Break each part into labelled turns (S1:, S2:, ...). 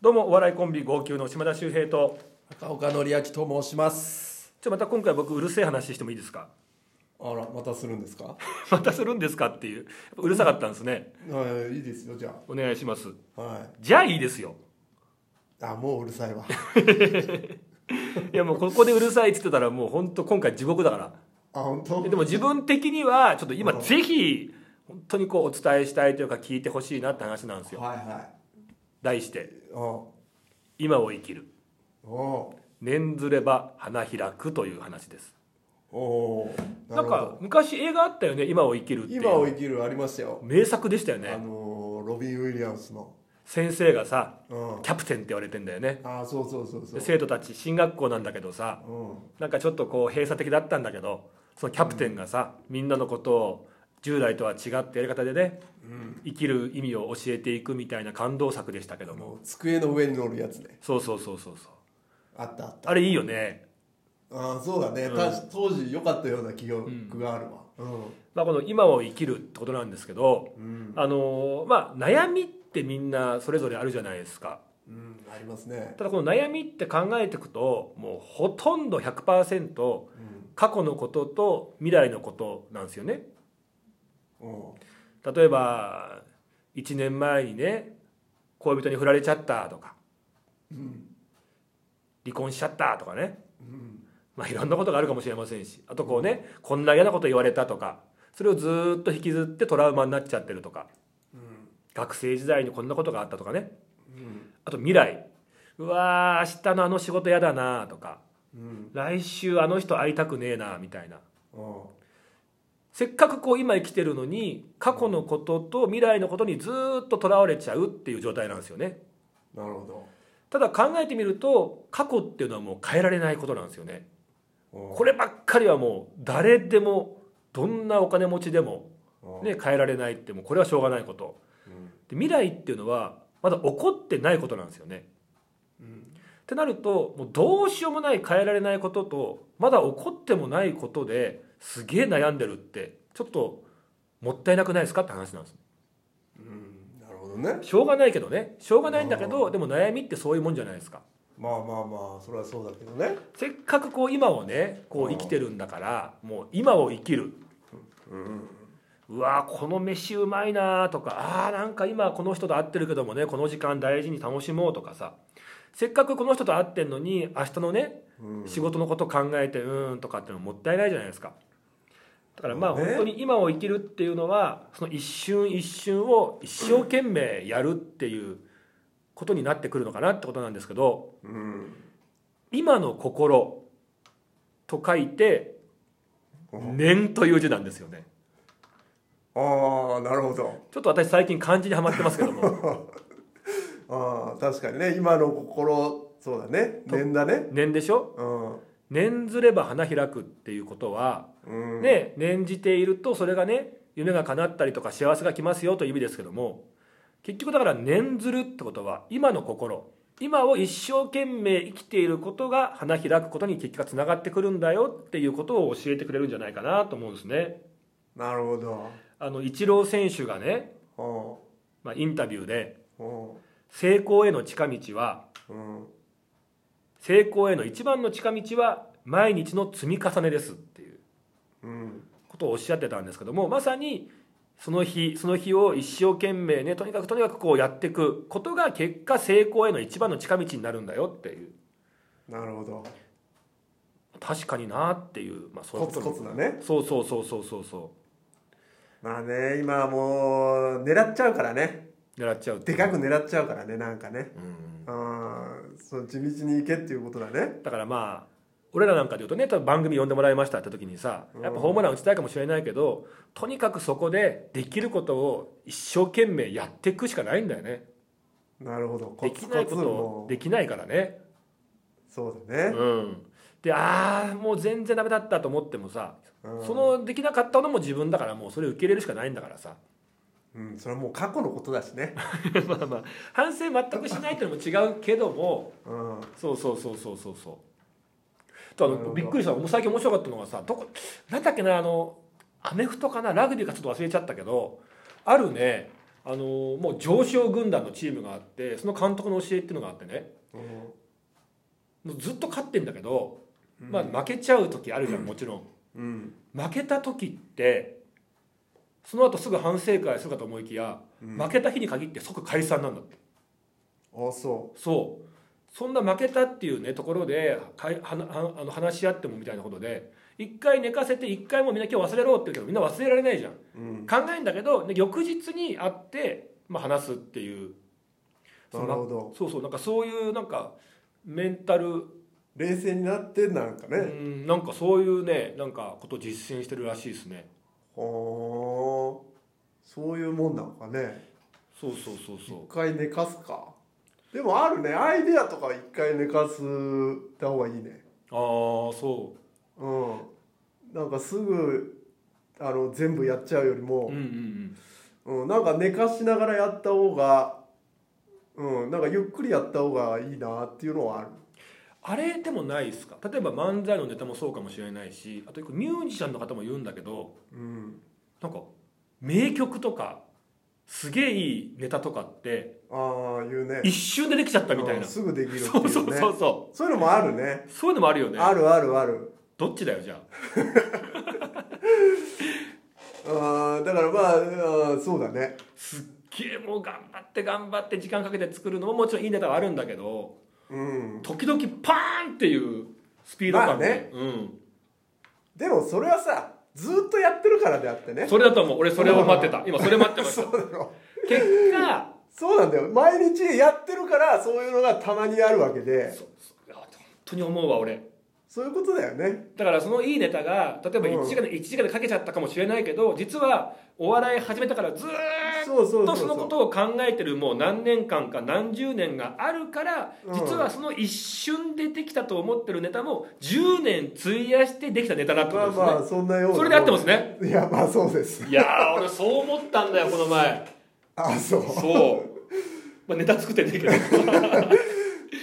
S1: どうもお笑いコンビ号泣の島田秀平と
S2: 中岡典明と申します
S1: ちょまた今回僕うるせえ話してもいいですか
S2: あらまたするんです か
S1: またするんですかっていうやっぱうるさかったんですね
S2: はいいいですよじゃ
S1: お願いします
S2: あはい
S1: じゃあいいですよ
S2: あもううる さいわ
S1: いやもうここでうるさいって言ってたらもう本当今回地獄だから
S2: あ本当
S1: でも自分的にはちょっと今ぜひ本当にこうお伝えしたいというか聞いてほしいなって話なんですよ
S2: はいは
S1: 題して
S2: いお
S1: 「今を生きる
S2: お
S1: 年ずれば花開く」という話です
S2: おー
S1: なんか昔映画あったよね「今を生きる」っていう
S2: 今を生きるありましたよ、
S1: 名作でしたよ
S2: あ
S1: ね
S2: のーロビン・ウィリアムスの
S1: 先生がさ
S2: うん
S1: キャプテンって言われてんだよね
S2: あそうそうそうそう
S1: で生徒たち進学校なんだけどさ
S2: う
S1: なんかちょっとこう閉鎖的だったんだけどそのキャプテンがさみんなのことを従来とは違ってやり方でね
S2: ん、うん、
S1: 生きる意味を教えていくみたいな感動作でしたけど
S2: あ
S1: も
S2: の机の上に乗るやつね
S1: そうそうそうそうそう
S2: あったあった
S1: あれいいよね、
S2: あそうだね、たし当時良かったような記憶があるわうん
S1: まあ、この今を生きるってことなんですけど、
S2: うん、
S1: あのーまあ悩みってみんなそれぞれあるじゃないですか
S2: うん、ありますね、
S1: ただこの悩みって考えていくともうほとんど100%
S2: うん
S1: 過去のことと未来のことなんですよね
S2: うん、
S1: 例えば1年前にね恋人に振られちゃったとか
S2: うん
S1: 離婚しちゃったとかね
S2: うん
S1: まあ、いろんなことがあるかもしれませんしあとこうねこんな嫌なこと言われたとかそれをずーっと引きずってトラウマになっちゃってるとか
S2: うん
S1: 学生時代にこんなことがあったとかね
S2: うん
S1: あと未来うわー明日のあの仕事嫌だなとか
S2: うん
S1: 来週あの人会いたくねえなみたいな
S2: うん
S1: せっかくこう今生きてるのに過去のことと未来のことにずーっととらわれちゃうっていう状態なんですよね
S2: なるほ
S1: ただ考えてみると過去っていうのはもう変えられないことなんですよね
S2: どうん
S1: こればっかりはもう誰でもどんなお金持ちでも
S2: うん
S1: ね、変えられないってもうこれはしょうがないこと
S2: うん
S1: で未来っていうのはまだ起こってないことなんですよね
S2: うん
S1: ってなるともうどうしようもない変えられないこととまだ起こってもないことですげえ悩んでるってちょっともったいなくないですかって話なんです
S2: うんなるほどね
S1: しょうがないけどねしょうがないんだけ
S2: う
S1: どでも悩みってそういうもんじゃないですか
S2: まあまあまあそれはそうだけどね
S1: せっかくこう今をねこう生きてるんだからもう今を生きる
S2: うん
S1: うわーこの飯うまいなーとかあーなんか今この人と会ってるけどもねこの時間大事に楽しもうとかさせっかくこの人と会ってんのに明日のね
S2: うん
S1: 仕事のこと考えてうーんとかってのもったいないじゃないですかだからまあ
S2: そう
S1: 本
S2: ね
S1: 当に今を生きるっていうのはその一瞬一瞬を一生懸命やるっていうことになってくるのかなってことなんですけど
S2: うん
S1: 今の心と書いて念という字なんですよね
S2: ああなるほど
S1: ちょっと私最近漢字にはまってますけども
S2: ああ確かにね今の心そうだね念だね
S1: 念でしょ
S2: うん
S1: 念ずれば花開くっていうことは、
S2: うん
S1: ね念じているとそれがね夢が叶ったりとか幸せが来ますよという意味ですけども結局だから念ずるってことは今の心今を一生懸命生きていることが花開くことに結果つながってくるんだよっていうことを教えてくれるんじゃないかなと思うんですね。
S2: なるほど
S1: あのイチロー選手がね、まあ、インタビューで
S2: うん
S1: 成功への近道は
S2: うんうん
S1: 成功への一番の近道は毎日の積み重ねですっていう
S2: うん
S1: ことをおっしゃってたんですけどもまさにその日その日を一生懸命ねとにかくとにかくこうやっていくことが結果成功への一番の近道になるんだよっていう
S2: なるほど
S1: 確かになっていう、まあ、そうい
S2: コ
S1: うこと
S2: ツコツだね
S1: そうそうそうそうそうそ
S2: まあね今はもう狙っちゃうからね
S1: う狙っちゃうってい
S2: で
S1: う
S2: かく狙っちゃうからねなんかね
S1: うん
S2: うんそう地道に行けっていうことだね
S1: だからまあ俺らなんかでいうとね多分番組呼んでもらいましたって時にさやっぱホームラン打ちたいかもしれないけどとにかくそこでできることを一生懸命やっていくしかないんだよね
S2: なるほどコ
S1: で
S2: ツ
S1: き
S2: コ
S1: ない
S2: ツ
S1: こと
S2: も
S1: できないからね
S2: そうだね、
S1: うん、でああもう全然ダメだったと思ってもさ、
S2: うん
S1: そのできなかったのも自分だからもうそれ受け入れるしかないんだから さ
S2: うん、それはもう過去のことだしね、
S1: まあまあ反省全くしないっていうのも違うけども
S2: うん、
S1: そうそうそうそうそうそうとあ
S2: なるほ
S1: の
S2: ど
S1: びっくりしたもう最近面白かったのがさどこなんだっけなあのアメフトかなラグビーかちょっと忘れちゃったけどあるねあのーもう上昇軍団のチームがあってその監督の教えっていうのがあってねもうずっと勝ってんだけど、まあ、負けちゃう時あるじゃんもちろん
S2: うん
S1: 負けた時ってその後すぐ反省会するかと思いきや、
S2: うん
S1: 負けた日に限って即解散なんだって
S2: あそ
S1: そうそんな負けたっていうねところでかいはなはあの話し合ってもみたいなことで一回寝かせて一回もうみんな今日忘れろって言うけどみんな忘れられないじゃん
S2: ううん
S1: 考えんだけどで翌日に会って、まあ、話すっていう
S2: なるほど
S1: そうそうなんかそういうなんかメンタル、
S2: 冷静になってなんか
S1: う
S2: ね
S1: んなんかそういうねなんかことを実践してるらしいですね
S2: ほーそういうもんなのかね
S1: そうそうそうそう
S2: 一回寝かすかでもあるねアイデアとかは一回寝かすた方がいいね
S1: ああそ
S2: うんなんかすぐあの全部やっちゃうより
S1: う
S2: も
S1: うん、うんうん
S2: うん、なんか寝かしながらやった方がうんなんかゆっくりやった方がいいなっていうのはある
S1: あれでもないですか例えば漫才のネタもそうかもしれないしあとミュージシャンの方も言うんだけど
S2: うん
S1: なんか名曲とかすげえいいネタとかって
S2: ああいうね
S1: 一瞬でできちゃったみたい
S2: うん
S1: な、
S2: すぐできるっていうね
S1: そうそうそうそ
S2: そういうのもあるね
S1: うそういうのもあるよね
S2: あるあるある
S1: どっちだよじゃあ
S2: うんだからまあうんそうだね
S1: すっげえもう頑張って頑張って時間かけて作るのももちろんいいネタはあるんだけど
S2: うん
S1: 時々パーンっていうスピード感で、
S2: まあね
S1: うん
S2: でもそれはさずーっとやってるからであってね
S1: それだと思う俺それを待ってた今それ待ってま した
S2: そうだろ
S1: 結果
S2: そうなんだよ毎日やってるからそういうのがたまにあるわけで
S1: そうそういや本当に思うわ俺
S2: そういうことだよね
S1: だからそのいいネタが例えば1時間で、一時間でかけちゃったかもしれないけど実はお笑い始めたからずーっ
S2: そうそうそ
S1: と
S2: う
S1: その
S2: そ
S1: こ
S2: う
S1: とを考えてるもう何年間か何十年があるから
S2: うん
S1: 実はその一瞬でできたと思ってるネタも10年費やしてできたネタだってこと
S2: まあ
S1: ですね、
S2: まあそんなような
S1: それで合ってますね
S2: いやまあそうです
S1: いやー俺そう思ったんだよこの前
S2: あそう
S1: そう、まあ、ネタ作ってねえけど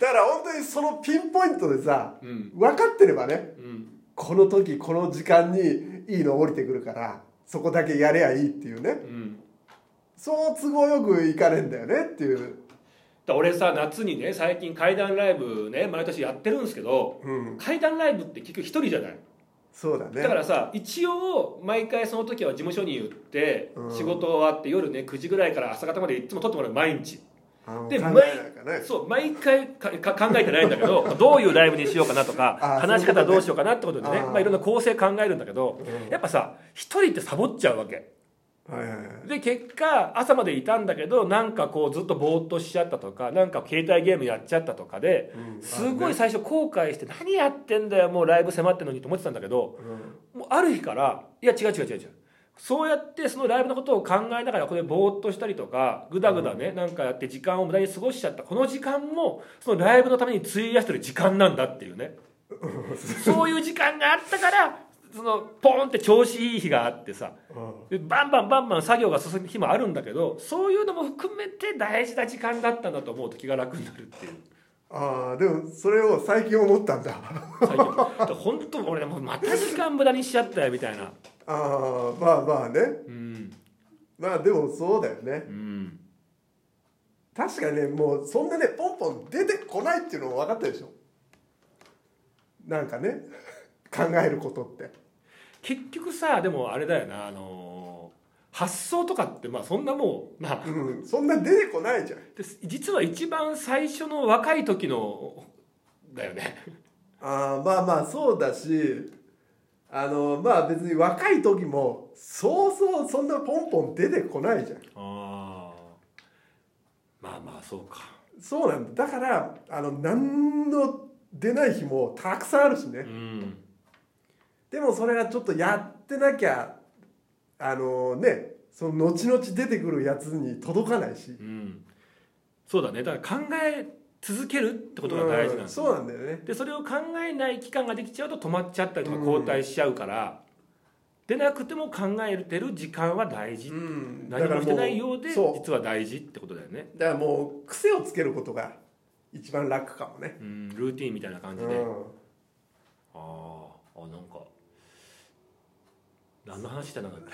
S2: だから本当にそのピンポイントでさ
S1: うん
S2: 分かってればね
S1: うん
S2: この時この時間にいいの降りてくるからそこだけやれゃいいっていうね
S1: うん
S2: そう都合よくいかねえんだよねっていう
S1: だ俺さ夏にね最近怪談ライブね毎年やってるんですけど
S2: うん
S1: 怪談ライブって結局一人じゃない
S2: そうだね
S1: だからさ一応毎回その時は事務所に言って、
S2: うん
S1: 仕事終わって夜ね9時ぐらいから朝方までいつも撮ってもらう毎日
S2: あの
S1: で
S2: 考え
S1: 毎
S2: なんかね
S1: そう毎回か か考えてないんだけ どどういうライブにしようかなとか
S2: あー
S1: 話し
S2: そういうこ
S1: 方
S2: とね
S1: どうしようかなってことでね
S2: あー
S1: まあ、いろんな構成考えるんだけど、
S2: うん
S1: やっぱさ一人ってサボっちゃうわけ
S2: はいはいはい
S1: で結果朝までいたんだけどなんかこうずっとぼーっとしちゃったとかなんか携帯ゲームやっちゃったとかで
S2: うん
S1: すごい
S2: あ
S1: 最初後悔して何やってんだよもうライブ迫ってんのにと思ってたんだけど
S2: のねうん
S1: もうある日からいや違う違う違う違うそうやってそのライブのことを考えながらこれぼーっとしたりとかぐだぐだねなんかやって時間を無駄に過ごしちゃったこの時間もそのライブのために費やしてる時間なんだっていうねそういう時間があったからそのポーンって調子いい日があってさ
S2: うん
S1: でバンバンバンバン作業が進む日もあるんだけどそういうのも含めて大事な時間だったんだと思うと気が楽になるっていう。
S2: ああでもそれを最近思ったんだ あ
S1: 最近本当俺もうまた時間無駄にしちゃったよみたいな
S2: あまあまあね
S1: うん
S2: まあでもそうだよね
S1: うん
S2: 確かにねもうそんなねポンポン出てこないっていうのも分かったでしょなんかね 考えることって
S1: 結局さでもあれだよなあのー発想とかってまあそんなもうな
S2: うんそんな出てこないじゃん
S1: で実は一番最初の若い時のだよね
S2: あーまあまあそうだしあのまあ別に若い時もそうそうそんなポンポン出てこないじゃん
S1: ああまあまあそうか
S2: そうなんだだからあの何の出ない日もたくさんあるしね
S1: うん
S2: でもそれがちょっとやってなきゃあのねその後々出てくるやつに届かないし
S1: うんそうだねだから考え続けるってことが大事なん
S2: うん
S1: です
S2: そうなんだよね
S1: でそれを考えない期間ができちゃうと止まっちゃったりとか
S2: うん
S1: 後退しちゃうから、でなくても考えてる時間は大事、
S2: うん
S1: 何もしてないようで
S2: だからもうそ
S1: 実は大事ってことだよね、
S2: うだからもう癖をつけることが一番楽かもね
S1: うん、ルーティンみたいな感じ
S2: う
S1: で、あ
S2: ん
S1: ああなんか何の話だなかった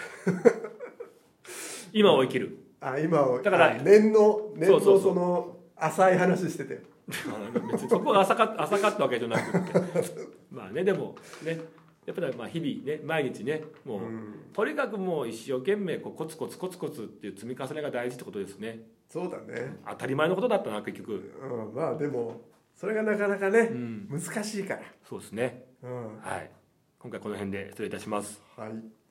S1: 今を生きる
S2: ああ今を
S1: だから
S2: あ念の念の
S1: そうそうそう
S2: その浅い話してて
S1: 別にそこは浅か浅かったわけじゃなくてまあねでもねやっぱりまあ日々ね毎日ねもう、
S2: うん
S1: とにかくもう一生懸命こうコツコツコツコツっていう積み重ねが大事ってことですね
S2: そうだね
S1: 当たり前のことだったな結局
S2: うんまあでもそれがなかなかね、
S1: うん
S2: 難しいから
S1: そうですね
S2: うん
S1: はい今回この辺で失礼いたします
S2: はい